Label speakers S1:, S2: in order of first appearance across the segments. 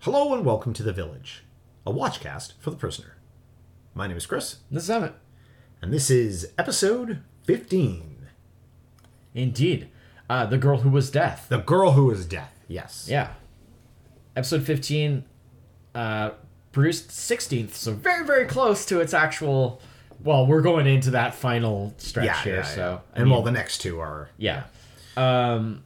S1: Hello and welcome to The Village, a watchcast for the prisoner. My name is Chris,
S2: This is Emmett.
S1: and this is episode 15
S2: Indeed. Uh, the girl who was death.
S1: The Girl Who Is Death. Yes.
S2: yeah. Episode 15 uh, produced 16th, so very, very close to its actual. Well, we're going into that final stretch
S1: Yeah,
S2: here,
S1: yeah,
S2: so.
S1: yeah. and well, the next two are.
S2: Yeah. Um,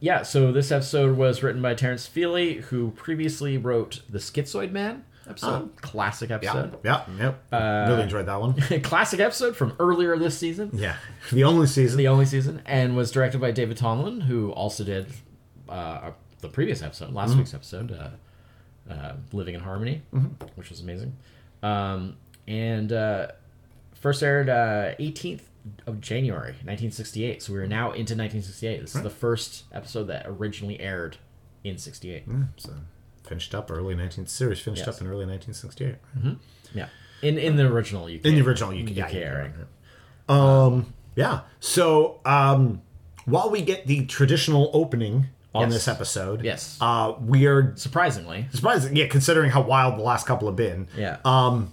S2: yeah, so this episode was written by Terrence Feely, who previously wrote The Schizoid Man episode. Classic
S1: Uh-huh. Yeah.
S2: episode.
S1: Yeah. Yep.
S2: uh,
S1: really enjoyed that one.
S2: Classic episode from earlier this season.
S1: Yeah. The only season.
S2: the only season, and was directed by David Tomlin, who also did uh, the previous episode, last
S1: Mm-hmm.
S2: week's episode, uh, uh, "Living in Harmony,"
S1: Mm-hmm.
S2: which was amazing. Um, and uh, first aired uh, 18th of January 1968. So we are now into 1968. This is the first episode that originally aired in 68.
S1: So finished up early 19th series, finished
S2: Yes.
S1: up in early 1968.
S2: Yeah, in in the original UK.
S1: In the original, you can
S2: UK
S1: yeah, you can-
S2: airing.
S1: Um, yeah. So, um, while we get the traditional opening on
S2: Yes.
S1: this episode,
S2: Yes.
S1: uh, we are
S2: Surprisingly,
S1: surprising. Yeah, considering how wild the last couple have been.
S2: yeah,
S1: Uh,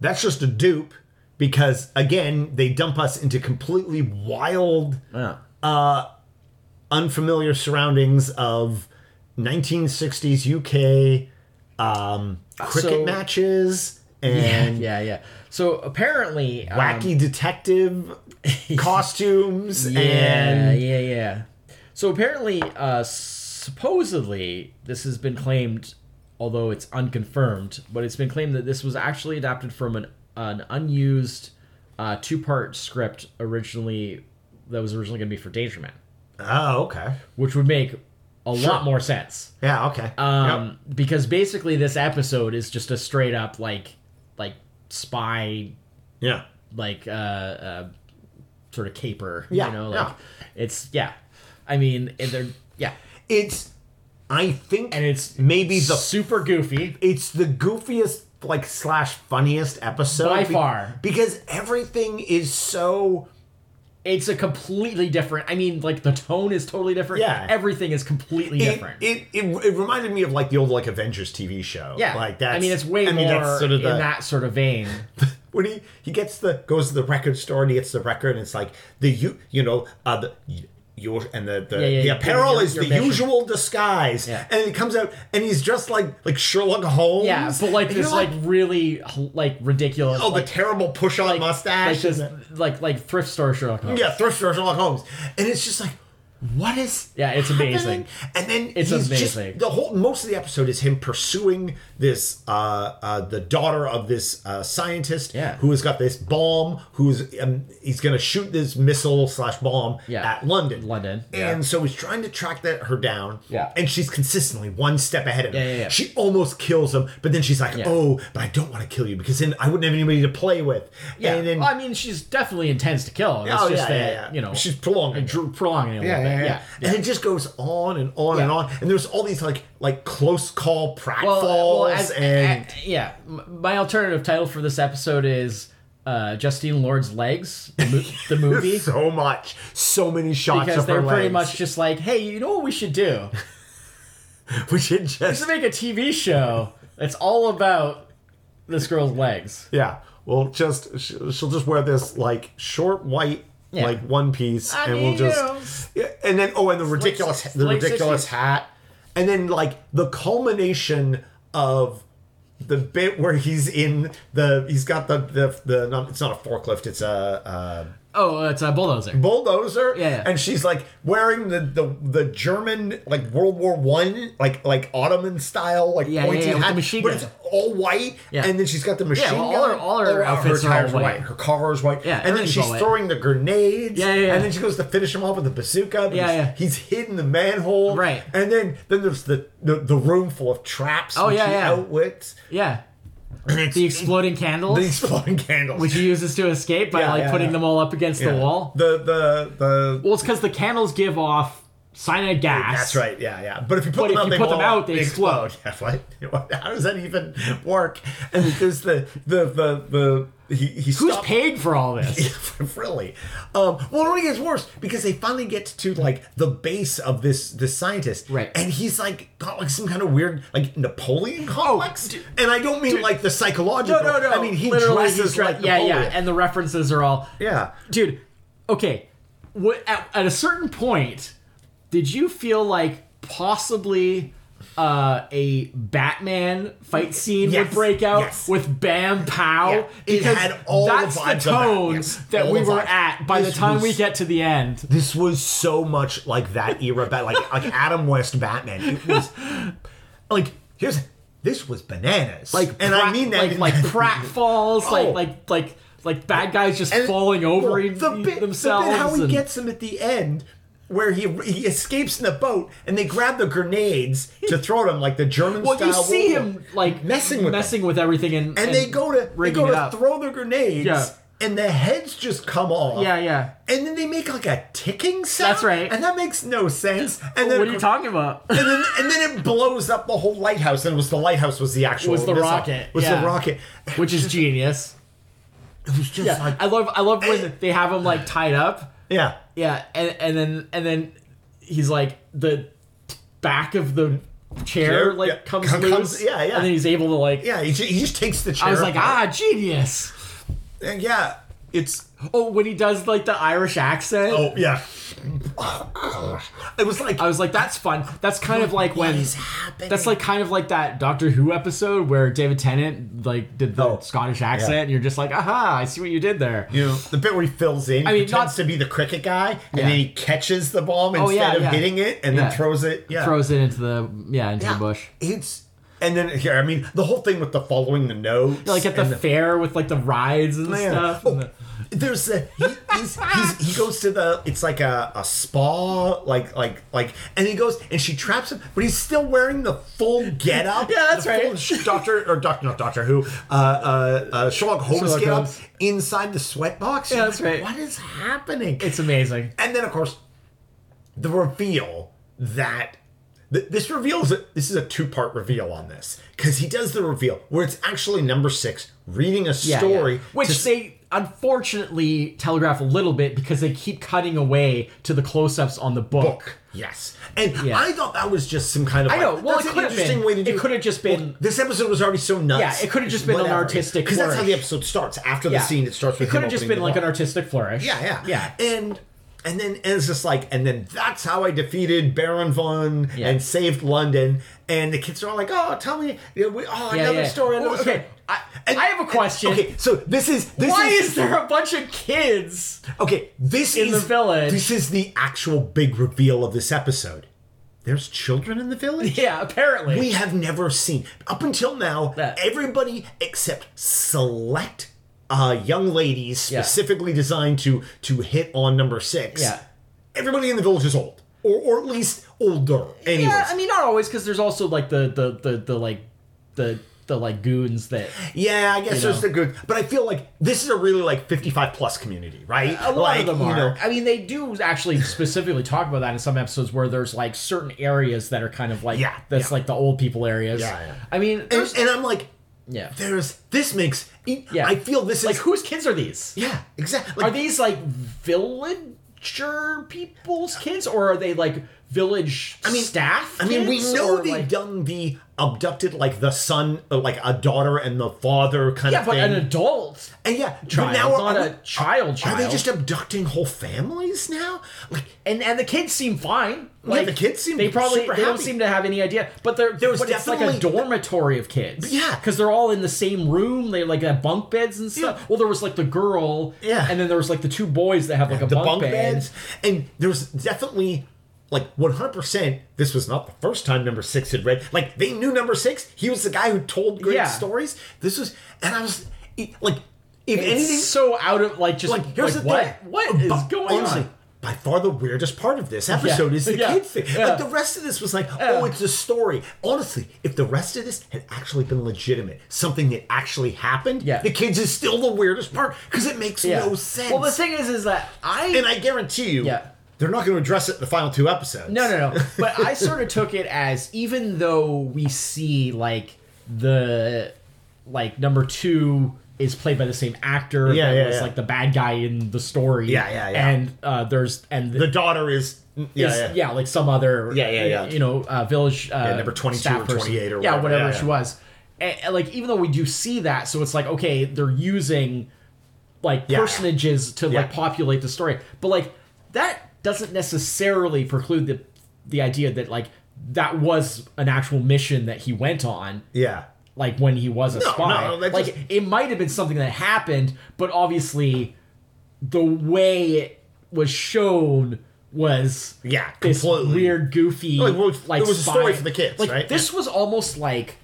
S1: That's just a dupe because again, they dump us into completely wild,
S2: yeah,
S1: unfamiliar surroundings of 1960s UK um, cricket
S2: Uh, So-
S1: matches and
S2: yeah, yeah. So apparently, um,
S1: wacky detective costumes
S2: Yeah,
S1: and
S2: yeah, yeah. So apparently, uh, supposedly, this has been claimed, although it's unconfirmed, but it's been claimed that this was actually adapted from an an unused uh, two part script originally that was originally going to be for Danger Man,
S1: oh okay
S2: which would make a
S1: Sure.
S2: lot more sense.
S1: yeah okay
S2: Um, because basically this episode is just a straight up like like spy
S1: Yep. yeah
S2: like uh, uh sort of caper
S1: Yeah,
S2: you know like
S1: yeah.
S2: it's yeah i mean and they're yeah
S1: it's I think
S2: and it's
S1: maybe the
S2: super goofy
S1: it's the goofiest like slash funniest episode
S2: By far.
S1: because everything is so
S2: it's a completely different i mean like the tone is totally different
S1: Yeah.
S2: everything is completely
S1: it,
S2: different
S1: it, it it reminded me of like the old like Avengers TV show
S2: yeah
S1: like that
S2: i mean it's way more in
S1: the,
S2: that sort of vein
S1: when he he gets the goes to the record store and he gets the record and it's like the you you know uh the your and the the,
S2: Yeah, yeah,
S1: the
S2: yeah,
S1: apparel
S2: your-
S1: is
S2: your
S1: the
S2: mission.
S1: usual disguise
S2: Yeah.
S1: and he comes out and he's dressed like like Sherlock Holmes
S2: yeah but like
S1: And you're
S2: this like, really like ridiculous
S1: oh
S2: like,
S1: the terrible push on
S2: like
S1: mustache
S2: this
S1: and the-
S2: like like thrift store Sherlock Holmes.
S1: yeah thrift store Sherlock Holmes and it's just like what is
S2: Yeah, it's
S1: happening?
S2: amazing.
S1: and then
S2: It's
S1: he's
S2: amazing.
S1: just the whole most of the episode is him pursuing this uh, uh, the daughter of this uh, scientist
S2: Yeah.
S1: who has got this bomb who's um, he's gonna shoot this missile slash bomb
S2: Yeah.
S1: at London
S2: London, yeah.
S1: and so he's trying to track that her down
S2: Yeah.
S1: and she's consistently one step ahead of him
S2: Yeah, yeah, yeah.
S1: she almost kills him but then she's like
S2: Yeah.
S1: oh but I don't want to kill you because then I wouldn't have anybody to play with
S2: Yeah,
S1: and then
S2: I mean, she's definitely intends to kill him. It's
S1: Oh,
S2: just
S1: yeah, yeah,
S2: that,
S1: yeah.
S2: you know,
S1: She's prolonging it.
S2: dr- prolonging it a little bit. Yeah,
S1: And it just goes on and on and
S2: Yeah.
S1: on. And there's all these like like close call pratfalls
S2: Well, well, as-
S1: and
S2: a- yeah. M- My alternative title for this episode is uh, Justine Lord's legs, the, mo- the movie,
S1: so much, so many shots
S2: because
S1: of her
S2: they're pretty
S1: legs.
S2: much just like, hey, you know what we should do?
S1: we should
S2: We should
S1: just
S2: make a TV show that's all about this girl's legs.
S1: yeah. Well, just sh- she'll just wear this like short white
S2: Yeah.
S1: like one piece,
S2: I
S1: and
S2: mean,
S1: we'll just
S2: you know.
S1: Yeah, and then oh, and the ridiculous
S2: six-
S1: the
S2: late
S1: ridiculous
S2: 60s.
S1: hat, and then like the culmination of the bit where he's in the he's got the the, the not, it's not a forklift it's a, uh, a
S2: Oh, it's a bulldozer.
S1: bulldozer
S2: Yeah, yeah.
S1: and she's like wearing the, the the german like world war one like like ottoman style like
S2: Yeah, yeah,
S1: pointy
S2: yeah, with
S1: hat
S2: the machine
S1: but
S2: gun.
S1: it's all white
S2: Yeah.
S1: and then she's got the machine
S2: well, all
S1: gun. Oh,
S2: her- all her outfits are
S1: attire
S2: all
S1: is
S2: white.
S1: her car is white
S2: Yeah,
S1: and then
S2: everything's
S1: she's
S2: all white.
S1: throwing the grenades
S2: Yeah, yeah, yeah.
S1: and then she goes to finish him off with a bazooka but
S2: Yeah,
S1: he's,
S2: yeah.
S1: he's hidden the manhole
S2: Right.
S1: and then then there's the the, the room full of traps
S2: Oh,
S1: which
S2: yeah,
S1: he
S2: yeah.
S1: outwits
S2: Yeah,
S1: and it's
S2: the exploding candles,
S1: the exploding candles
S2: which he uses to escape by
S1: Yeah,
S2: like
S1: yeah,
S2: putting
S1: yeah.
S2: them all up against
S1: Yeah.
S2: the wall.
S1: the the the
S2: Well, it's because the candles give off cyanide gas.
S1: That's right. Yeah, yeah. But if you put
S2: But
S1: them
S2: if
S1: out,
S2: you
S1: they
S2: put them
S1: blow
S2: out,
S1: up.
S2: they explode.
S1: Yeah, what? How does that even work? And there's the the the the he, he
S2: Who's
S1: stopped-
S2: paid for all this?
S1: really? Um, well, it only gets worse because they finally get to like the base of this this scientist,
S2: Right.
S1: And he's like got like some kind of weird like Napoleon
S2: Oh,
S1: complex, and I don't mean like the psychological. I mean he
S2: Literally, he's
S1: dresses
S2: dre-
S1: like
S2: yeah,
S1: Napoleon.
S2: yeah, and the references are all
S1: Yeah.
S2: dude. Okay, what, at, at a certain point, did you feel like possibly uh, a Batman fight scene
S1: Yes,
S2: would break out
S1: yes.
S2: with Bam Pow?
S1: Yeah, it had all the
S2: that's
S1: vibes of
S2: the
S1: that,
S2: tone
S1: yes,
S2: that
S1: all
S2: we
S1: the
S2: were
S1: vibes.
S2: at by
S1: This
S2: the time we
S1: was-
S2: get to the end.
S1: This was so much like that era, bat, like like Adam West Batman. It was like here's this was bananas,
S2: like
S1: and
S2: prat-
S1: I mean that
S2: like like Pratt falls
S1: Oh.
S2: like like like like bad guys just
S1: And-
S2: falling over
S1: well,
S2: e- e-
S1: bit-
S2: themselves
S1: The bit how he
S2: and-
S1: gets him at the end, where he he escapes in a boat, and they grab the grenades to throw at him like the German
S2: well
S1: style.
S2: you see
S1: war.
S2: him like
S1: messing with
S2: messing with everything and,
S1: and, they go to they
S2: rigging
S1: go
S2: it
S1: to
S2: up.
S1: throw the grenades,
S2: Yeah.
S1: and the heads just come off.
S2: yeah yeah
S1: And then they make like a ticking sound.
S2: That's right.
S1: And that makes no sense. And then
S2: what are you talking about
S1: and then and then it blows up the whole lighthouse. And it was the lighthouse was the actual
S2: Was the
S1: missile.
S2: rocket,
S1: Was
S2: yeah.
S1: the rocket?
S2: which is genius
S1: It was just
S2: yeah
S1: like
S2: I love I love when they have him like tied up
S1: yeah.
S2: yeah and and then and then he's like the back of the chair
S1: Chair,
S2: like
S1: yeah.
S2: comes
S1: Comes-
S2: loose
S1: yeah, yeah.
S2: and then he's able to like
S1: Yeah, he, ju- he just takes the chair.
S2: I was like
S1: apart.
S2: ah genius
S1: And yeah, it's
S2: oh when he does like the Irish accent
S1: Oh yeah. Oh gosh. It was like
S2: I was like, that's fun. That's kind of like when.
S1: what is happening?
S2: That's like kind of like that Doctor Who episode where David Tennant like did the
S1: Oh,
S2: Scottish accent, and you're just like, aha, I see what you did there.
S1: you know the bit where he fills in. I
S2: mean,
S1: mean, pretends
S2: not-
S1: to be the cricket guy, and
S2: Yeah. Oh,
S1: then he catches the bomb instead
S2: yeah,
S1: of
S2: yeah.
S1: hitting it, and
S2: Yeah.
S1: then throws it. Yeah,
S2: Throws it into the yeah into
S1: Yeah.
S2: the bush.
S1: It's and then here, I mean, the whole thing with the following the notes,
S2: Like at the,
S1: and
S2: fair with like the rides and
S1: Man.
S2: stuff.
S1: Oh, there's a he, he's, he's, he goes to the it's like a, a spa like like like and he goes and she traps him but he's still wearing the full get up
S2: Yeah, that's right.
S1: doctor or doctor not doctor who uh uh, uh Sherlock Holmes
S2: Sherlock
S1: get up
S2: Holmes.
S1: inside the sweatbox
S2: Yeah, that's right.
S1: what is happening
S2: it's amazing.
S1: and then of course the reveal that th- this reveals that this is a two-part reveal on this because he does the reveal where it's actually number six reading a
S2: Yeah,
S1: story
S2: yeah. which
S1: to
S2: they unfortunately telegraph a little bit because they keep cutting away to the close-ups on the book.
S1: book. Yes, and
S2: Yeah.
S1: I thought that was just some kind of.
S2: I know.
S1: like,
S2: Well,
S1: that's
S2: it
S1: an
S2: could have
S1: interesting
S2: been-
S1: way to
S2: it
S1: do.
S2: could have just been-
S1: this episode was already so nuts.
S2: Yeah, it could have just been an artistic
S1: because that's how the
S2: flourish.
S1: episode starts. After the scene, it starts with.
S2: could
S1: him
S2: have just
S1: opening
S2: been
S1: the
S2: like an
S1: book.
S2: artistic flourish.
S1: Yeah,
S2: yeah.
S1: yeah, and. And then and it's just like, and then that's how I defeated Baron von
S2: Yeah.
S1: and saved London. And the kids are all like, "Oh, tell me, you know, we, oh,
S2: Yeah,
S1: another
S2: yeah.
S1: story." Another
S2: Well,
S1: story.
S2: okay, I- I have a question.
S1: Okay, so this is this
S2: Why is there a bunch of kids?
S1: Okay, this
S2: In the
S1: is
S2: village.
S1: This is the actual big reveal of this episode. There's children in the village.
S2: Yeah, apparently.
S1: We have never seen up until now.
S2: That-
S1: Everybody except select uh, young ladies
S2: Yeah.
S1: specifically designed to to hit on number six.
S2: Yeah.
S1: everybody in the village is old, or or at least older. Anyways,
S2: yeah, I mean not always because there's also like the the the, the like the the like goons that
S1: Yeah, I guess
S2: know.
S1: there's the good, but I feel like this is a really like 55 plus community, right?
S2: a lot
S1: like,
S2: of them are.
S1: You know,
S2: I mean, they do actually specifically talk about that in some episodes where there's like certain areas that are kind of like
S1: Yeah,
S2: that's
S1: yeah.
S2: like the old people areas.
S1: Yeah, yeah.
S2: I mean, there's,
S1: and, and I'm like,
S2: yeah,
S1: there's this makes.
S2: Yeah.
S1: I feel this
S2: like
S1: is
S2: whose kids are these?
S1: Yeah, exactly.
S2: Are these like villager people's kids, or are they like village I
S1: mean-
S2: staff?
S1: I mean, we
S2: kids,
S1: know
S2: or,
S1: they've
S2: like-
S1: done the abducted, like the son, uh, like a daughter and the father kind
S2: Yeah,
S1: of
S2: but
S1: thing.
S2: an adult.
S1: and yeah,
S2: child,
S1: but now
S2: not
S1: are,
S2: a child
S1: Are they
S2: child.
S1: just abducting whole families now? Like,
S2: and and the kids seem fine. Like
S1: the kids seem
S2: they probably
S1: super
S2: they don't
S1: happy.
S2: seem to have any idea. But they're there
S1: was
S2: but it's like a
S1: definitely-
S2: dormitory of kids.
S1: Yeah.
S2: because they're all in the same room. They like have bunk beds and stuff.
S1: Yeah.
S2: Well, there was like the girl.
S1: Yeah.
S2: and then there was like the two boys that have like a
S1: the
S2: bunk,
S1: bunk
S2: bed.
S1: beds, and there's definitely. Like 100%, this was not the first time number six had read. Like, they knew number six. He was the guy who told great
S2: Yeah.
S1: stories. This was, and I was, it- like, if
S2: It's
S1: anything,
S2: so out of like just
S1: like here's the
S2: what
S1: thing.
S2: what is
S1: But
S2: going
S1: honestly,
S2: on?
S1: By far the weirdest part of this episode is the
S2: Yeah.
S1: kid thing.
S2: Yeah.
S1: Like the rest of this was like, oh, it's a story. Honestly, if the rest of this had actually been legitimate, something that actually happened,
S2: Yeah.
S1: the kids is still the weirdest part because it makes no sense.
S2: Well, the thing is, is that I
S1: and I guarantee you,
S2: Yeah.
S1: They're not going to address it in the final two episodes.
S3: No, no, no.
S2: but I sort of took it as even though we see like the like number two is played by the same actor
S1: Yeah,
S2: that
S1: yeah,
S2: was
S1: yeah.
S2: like the bad guy in the story.
S1: Yeah, yeah, yeah.
S2: And uh, there's and
S1: The daughter is. mm, Yeah,
S2: is-
S1: yeah.
S2: like some other
S1: Yeah, yeah, yeah.
S2: you know uh, village uh,
S1: number 22
S2: staff
S1: or
S2: person.
S1: 28 or
S2: yeah
S1: whatever.
S2: whatever,
S1: Yeah,
S2: she
S1: yeah.
S2: was and, and, like even though we do see that so it's like okay they're using like
S1: Yeah.
S2: personages to
S1: Yeah.
S2: like populate the story but like that doesn't necessarily preclude the the idea that like that was an actual mission that he went on
S1: Yeah.
S2: like when he was a
S1: No,
S2: spy.
S1: no, that
S2: like
S1: just-
S2: it might have been something that happened, but obviously the way it was shown was
S1: Yeah,
S2: this
S1: completely.
S2: weird, goofy
S1: Like,
S2: like,
S1: well, it was a
S2: spy-
S1: story for the kids,
S2: Like
S1: right?
S2: this was almost like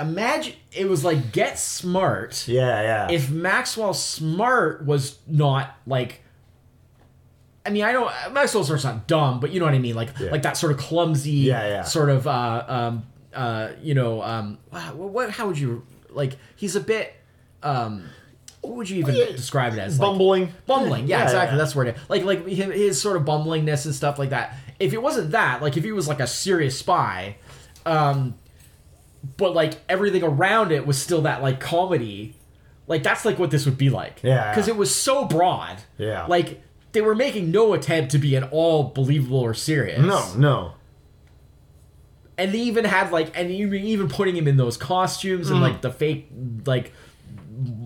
S2: imagine it was like get smart.
S1: Yeah, yeah.
S2: If Maxwell Smart was not like. I mean, I know Maxwell Smart's not dumb, but you know what I mean, like
S1: Yeah.
S2: like that sort of clumsy,
S1: Yeah, yeah.
S2: sort of, uh, um, uh, you know, um, wow, what, what, how would you like? He's a bit, um, what would you even
S1: yeah.
S2: describe it as? Like,
S1: Bumbling.
S2: bumbling, yeah,
S1: Yeah,
S2: exactly,
S1: yeah.
S2: that's where it is. Like like his, his sort of bumblingness and stuff like that. If it wasn't that, like if he was like a serious spy, um, but like everything around it was still that like comedy like that's like what this would be like
S1: Yeah.
S2: because it was so broad
S1: Yeah.
S2: like they were making no attempt to be at all believable or serious
S1: No, no.
S2: and they even had like and even even putting him in those costumes
S1: Mm.
S2: and like the fake like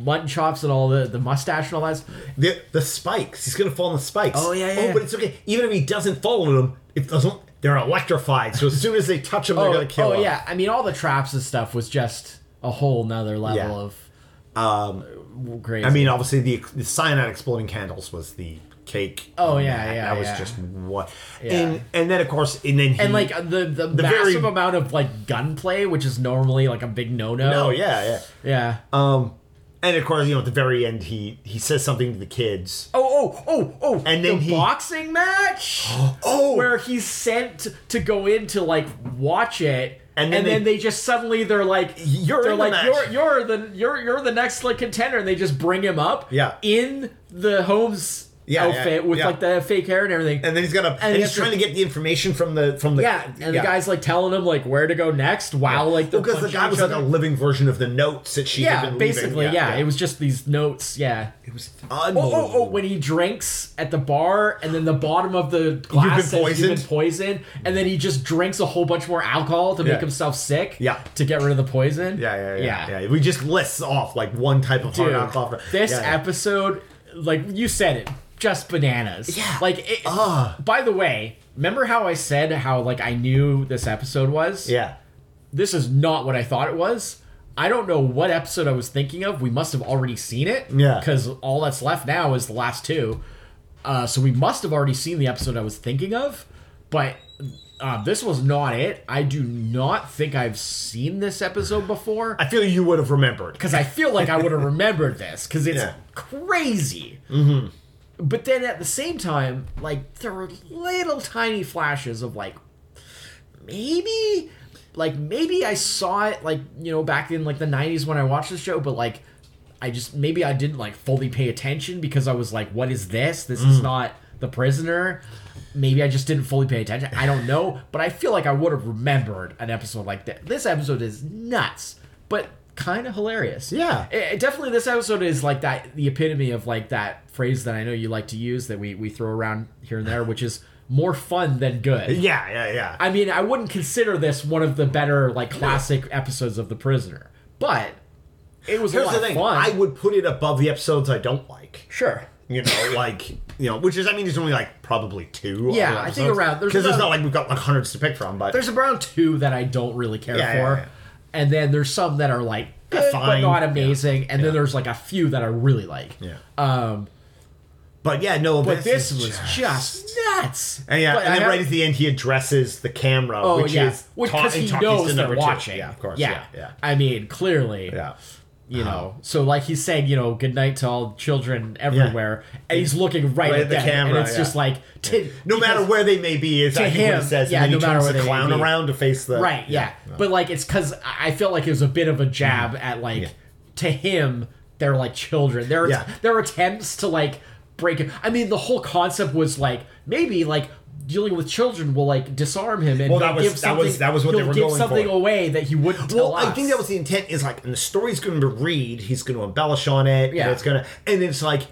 S2: mutton chops and all the the mustache and all that
S1: The the spikes. He's gonna fall on the spikes.
S2: Oh, yeah, yeah,
S1: Oh,
S2: yeah.
S1: but it's okay. Even if he doesn't fall on them, it doesn't. They're electrified. So as soon as they touch him, they're
S2: oh,
S1: gonna kill
S2: oh,
S1: him.
S2: yeah i mean all the traps and stuff was just a whole nother level
S1: Yeah.
S2: of um crazy
S1: I mean, obviously the, the cyanide exploding candles was the cake.
S2: Oh,
S1: on
S2: yeah,
S1: that.
S2: yeah,
S1: That was
S2: yeah.
S1: just what.
S2: Yeah.
S1: And and then of course and then he,
S2: and like uh, the the, massive
S1: very-
S2: amount of like gunplay, which is normally like a big no no.
S1: oh yeah Um, yeah
S2: yeah.
S1: and of course you know at the very end he he says something to the kids.
S2: oh oh oh oh.
S1: And then
S2: the
S1: he-
S2: boxing match.
S1: Oh.
S2: where he's sent to go in to like watch it.
S1: And then
S2: And then,
S1: they-
S2: they just suddenly they're like
S1: You're
S2: they're
S1: in the
S2: like
S1: match.
S2: you're you're the you're you're the next like contender and they just bring him up
S1: Yeah.
S2: in the Holmes
S1: Yeah, yeah,
S2: outfit with
S1: yeah.
S2: like the fake hair and everything
S1: And then he's gonna and,
S2: he
S1: he's
S2: has to-
S1: trying to get the information from the from the
S2: yeah and the guy's like telling him like where to go next while like they're
S1: because the
S2: punching
S1: guy
S2: each
S1: was like a
S2: other.
S1: living version of the notes that she had
S2: yeah
S1: been
S2: basically
S1: leaving.
S2: yeah it was just these notes yeah
S1: it was
S2: Oh,
S1: unbelievable.
S2: oh, oh, when he drinks at the bar and then the bottom of the glass
S1: been
S2: says you've
S1: poisoned."
S2: been poisoned, and then he just drinks a whole bunch more alcohol to
S1: Yeah.
S2: make himself sick.
S1: Yeah.
S2: To get rid of the poison.
S1: Yeah, yeah, yeah, yeah, We just lists off like one type of hard
S2: Dude,
S1: alcohol.
S2: this
S1: yeah, yeah.
S2: episode, like you said it, just bananas.
S1: Yeah.
S2: Like it,
S1: Ah.
S2: by the way, remember how I said how like I knew this episode was?
S1: yeah,
S2: This is not what I thought it was. I don't know what episode I was thinking of. We must have already seen it.
S1: Yeah.
S2: Because all that's left now is the last two. Uh, so we must have already seen the episode I was thinking of. But uh, this was not it. I do not think I've seen this episode before.
S1: I feel you would have remembered.
S2: Because I feel like I would have remembered this. Because it's
S1: Yeah.
S2: crazy. Mm-hmm. But then at the same time, like, there were little tiny flashes of, like, maybe like maybe I saw it like you know back in like the 90s when I watched the show but like I just maybe I didn't like fully pay attention because I was like what is this this is not the prisoner maybe I just didn't fully pay attention I don't know but I feel like I would have remembered an episode like that this episode is nuts but kind of hilarious
S1: Yeah.
S2: it, it definitely this episode is like that the epitome of like that phrase that I know you like to use that we we throw around here and there which is more fun than good
S1: Yeah, yeah, yeah.
S2: I mean, I wouldn't consider this one of the better like classic episodes of The Prisoner, but it was a
S1: Here's
S2: lot
S1: the thing:
S2: of fun.
S1: I would put it above the episodes I don't like.
S2: sure.
S1: You know, like you know, which is I mean, there's only like probably two.
S2: Yeah, I think around- there's
S1: because it's
S2: about-
S1: not like we've got like hundreds to pick from, but
S2: There's around two that I don't really care
S1: Yeah, yeah,
S2: for,
S1: yeah.
S2: and then there's some that are like
S1: Yeah,
S2: good, but
S1: fine.
S2: not
S1: Yeah.
S2: amazing, and then there's like a few that I really like.
S1: yeah,
S2: Um,
S1: but yeah, no,
S2: but this,
S1: is
S2: was just, nuts.
S1: And yeah,
S2: But
S1: and
S2: I
S1: then
S2: have-
S1: right at the end, he addresses the camera,
S2: oh
S1: which
S2: yeah,
S1: is ta-
S2: because
S1: and
S2: he
S1: talking to
S2: knows
S1: number
S2: they're
S1: two.
S2: watching.
S1: Yeah, of course.
S2: Yeah,
S1: yeah,
S2: I mean, clearly.
S1: yeah.
S2: you know. So like he's saying, you know, good night to all children everywhere, and he's looking right,
S1: Right
S2: at the camera, and it's
S1: yeah.
S2: just like, to,
S1: No matter
S2: because-
S1: where they may be, is
S2: to
S1: I think what
S2: him,
S1: it says.
S2: yeah,
S1: and then
S2: no
S1: he
S2: matter
S1: turns
S2: where
S1: the
S2: they may
S1: clown
S2: be.
S1: around to face the
S2: right? Yeah, but like it's because I I feel like it was a bit
S1: Mm-hmm.
S2: of a jab at like to him. They're like children. There, are
S1: Yeah.
S2: there are attempts to like break him. I mean, the whole concept was like maybe like dealing with children will like disarm him and
S1: Well, that
S2: he'll
S1: was-
S2: give
S1: that was-
S2: something-
S1: that was what they
S2: he'll
S1: were
S2: give
S1: going
S2: something
S1: for.
S2: away that he wouldn't tell
S1: Well, I
S2: us.
S1: think that was the intent. Is like, and the story's going to read. He's going to embellish on it.
S2: Yeah.
S1: and it's going to, and it's like,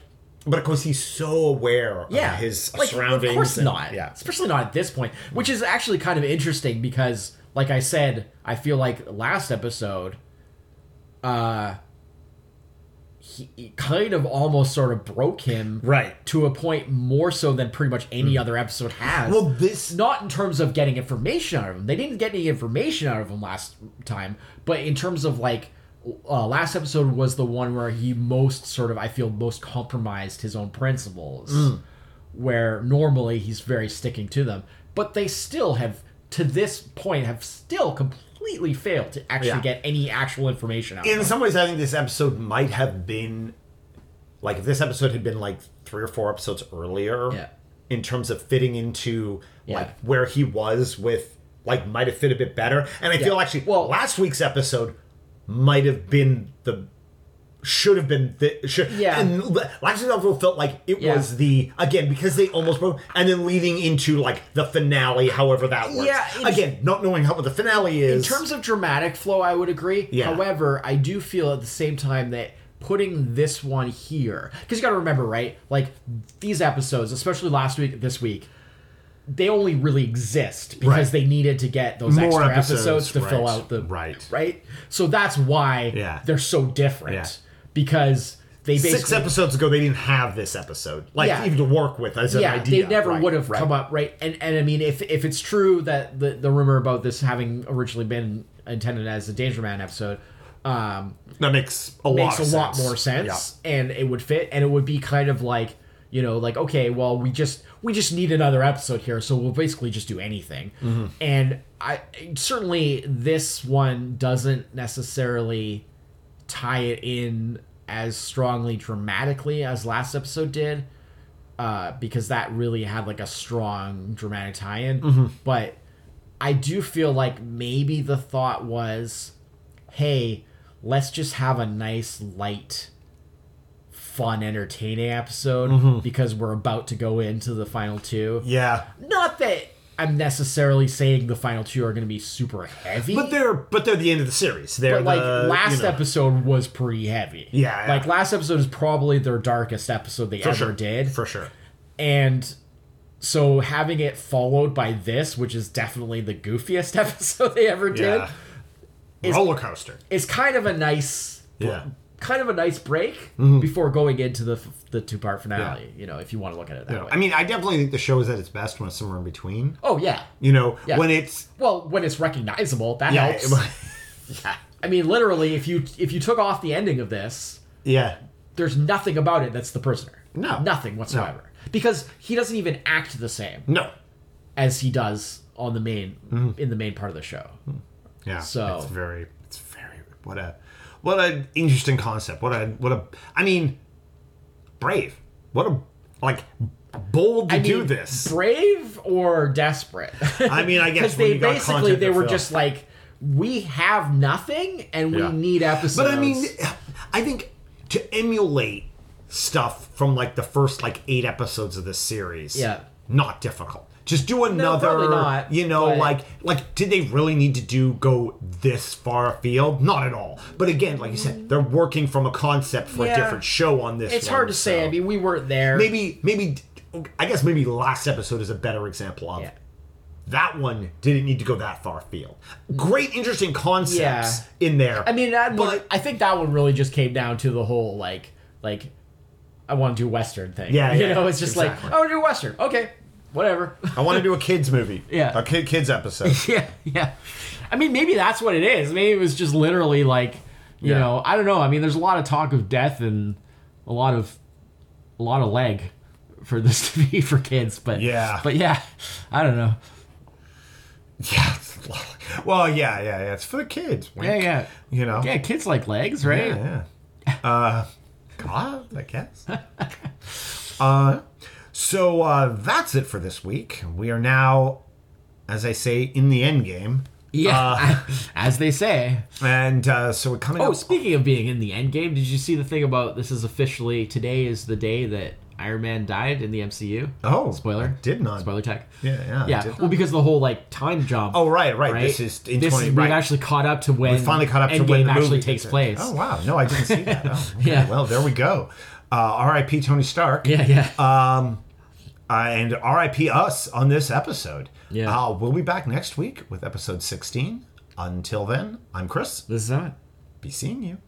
S1: but of course he's so aware
S2: yeah
S1: of his
S2: like,
S1: surroundings.
S2: Of course
S1: and-
S2: not.
S1: Yeah.
S2: especially not at this point, which is actually kind of interesting because, like I said, I feel like last episode, uh, he it kind of almost sort of broke him
S1: Right. Hmm.
S2: to a point more so than pretty much any other episode has.
S1: Well, this-
S2: not in terms of getting information out of him. They didn't get any information out of him last time, but in terms of like uh, last episode was the one where he most sort of I feel most compromised his own principles, where normally he's very sticking to them, but they still have to this point have still completely failed to actually
S1: Yeah.
S2: get any actual information out. of him.
S1: In some ways, I think this episode might have been, like, if this episode had been like three or four episodes earlier,
S3: Yeah.
S1: in terms of fitting into
S3: Yeah.
S1: like where he was with, like, might have fit a bit better. And I feel actually,
S2: Well-
S1: last week's episode might have been the should have been the should
S2: Yeah.
S1: and l- last week's episode felt like it
S2: Yeah.
S1: was the again because they almost broke and then leading into like the finale however that works
S2: Yeah, in-
S1: again not knowing how what the finale
S2: In
S1: is
S2: terms of dramatic flow, I would agree.
S1: Yeah.
S2: However, I do feel at the same time that putting this one here, because you got to remember, right? Like these episodes, especially last week, this week, they only really exist because
S1: Right.
S2: they needed to get those
S1: More
S2: extra
S1: episodes,
S2: episodes, to fill
S1: right,
S2: out the
S1: right.
S2: right. So that's why
S1: Yeah.
S2: they're so different
S1: Yeah.
S2: because they basically
S1: six episodes ago they didn't have this episode like
S2: Yeah.
S1: even to work with as
S2: yeah,
S1: an idea
S2: they never
S1: Right,
S2: would have
S1: right.
S2: come up, right? And and I mean, if if it's true that the the rumor about this having originally been intended as a Danger Man episode, um,
S1: that makes a lot
S2: makes
S1: of
S2: a lot
S1: sense.
S2: more sense, and it would fit, and it would be kind of like you know, like okay, well, we just we just need another episode here, so we'll basically just do anything.
S1: Mm-hmm.
S2: And I certainly this one doesn't necessarily tie it in as strongly dramatically as last episode did uh, because that really had like a strong dramatic tie-in.
S1: Mm-hmm.
S2: But I do feel like maybe the thought was, hey, let's just have a nice light, fun, entertaining episode
S1: Mm-hmm.
S2: because we're about to go into the final two.
S1: yeah
S2: Not that I'm necessarily saying the final two are going to be super heavy.
S1: but they're but they're the end of the series they're
S2: But like
S1: the,
S2: last
S1: you know,
S2: episode was pretty heavy.
S1: Yeah, yeah.
S2: Like last episode is probably their darkest episode they
S1: for
S2: ever
S1: sure
S2: did
S1: for sure
S2: and so having it followed by this which is definitely the goofiest episode they ever did
S1: yeah roller coaster
S2: is kind of a nice
S1: yeah Mm-hmm.
S2: kind of a nice break before going into the f- the two part finale you know if you want to look at it that way
S1: I mean I definitely think the show is at its best when it's somewhere in between
S2: oh yeah
S1: you know
S2: Yeah.
S1: when it's
S2: well when it's recognizable that
S1: yeah
S2: helps
S1: yeah
S2: i mean literally if you if you took off the ending of this
S1: yeah
S2: there's nothing about it that's the prisoner
S1: No.
S2: nothing whatsoever because he doesn't even act the same
S1: no
S2: as he does on the main
S1: Mm-hmm.
S2: in the main part of the show
S1: Yeah.
S2: So-
S1: it's very it's very what a what an interesting concept. What a what a I mean brave. What a like bold to
S2: I
S1: do
S2: mean,
S1: this.
S2: Brave or desperate?
S1: I mean, I guess
S2: because
S1: when
S2: they
S1: you got
S2: basically
S1: content
S2: they
S1: to
S2: were
S1: fill.
S2: just like, we have nothing and we
S1: Yeah.
S2: need episodes.
S1: but I mean I think to emulate stuff from like the first like 8 episodes of this series.
S2: Yeah.
S1: Not difficult. Just do another
S2: probably not,
S1: you know
S2: but-
S1: like like did they really need to do go this far afield? Not at all. But again, like you said, they're working from a concept for
S2: Yeah.
S1: a different show on this
S2: it's
S1: one,
S2: hard to say.
S1: so.
S2: I mean, we weren't there.
S1: maybe maybe I guess maybe last episode is a better example of
S2: Yeah.
S1: that one didn't need to go that far afield. Great, interesting concepts in there.
S2: I mean, that one,
S1: But-
S2: I think that one really just came down to the whole like like I want to do western thing.
S1: Yeah,
S2: you
S1: yeah,
S2: know, it's just
S1: exactly.
S2: like I want to do western. Okay, whatever.
S1: I want to do a kids movie.
S2: Yeah.
S1: a kid kids episode.
S2: yeah, yeah. I mean, maybe that's what it is. Maybe it was just literally like, you
S1: Yeah.
S2: know, I don't know. I mean, there's a lot of talk of death and a lot of a lot of leg for this to be for kids, but
S1: Yeah.
S2: but yeah, I don't know.
S1: yeah. Well, yeah, yeah, yeah. It's for the kids.
S2: Yeah, yeah,
S1: You know.
S2: yeah. Kids like legs, right?
S1: Yeah. yeah. Uh, God, I guess. uh, so uh, that's it for this week. We are now, as I say, in the end game, Uh,
S2: Yeah, as they say.
S1: and uh, so we're coming.
S2: Oh,
S1: up
S2: speaking of being in the end game, did you see the thing about this is officially today is the day that Iron Man died in the MCU.
S1: Oh,
S2: Spoiler.
S1: I did not.
S2: Spoiler tech.
S1: Yeah, yeah, I
S2: Yeah.
S1: did
S2: Well, because the whole like time jump.
S1: Oh, right, right. This is in
S2: this
S1: 20
S2: is-
S1: right.
S2: We've actually caught up to when
S1: We finally caught up to
S2: Endgame
S1: when the
S2: actually
S1: movie
S2: takes
S1: did it.
S2: place.
S1: Oh wow, no, I didn't see that. Oh, okay.
S2: Yeah.
S1: Well, there we go. Uh, R.I.P. Tony Stark.
S2: Yeah, yeah.
S1: Uh, and R.I.P. us on this episode.
S2: Yeah.
S1: Uh, we'll be back next week with episode 16. Until then, I'm Chris.
S2: this is not.
S1: Be seeing you.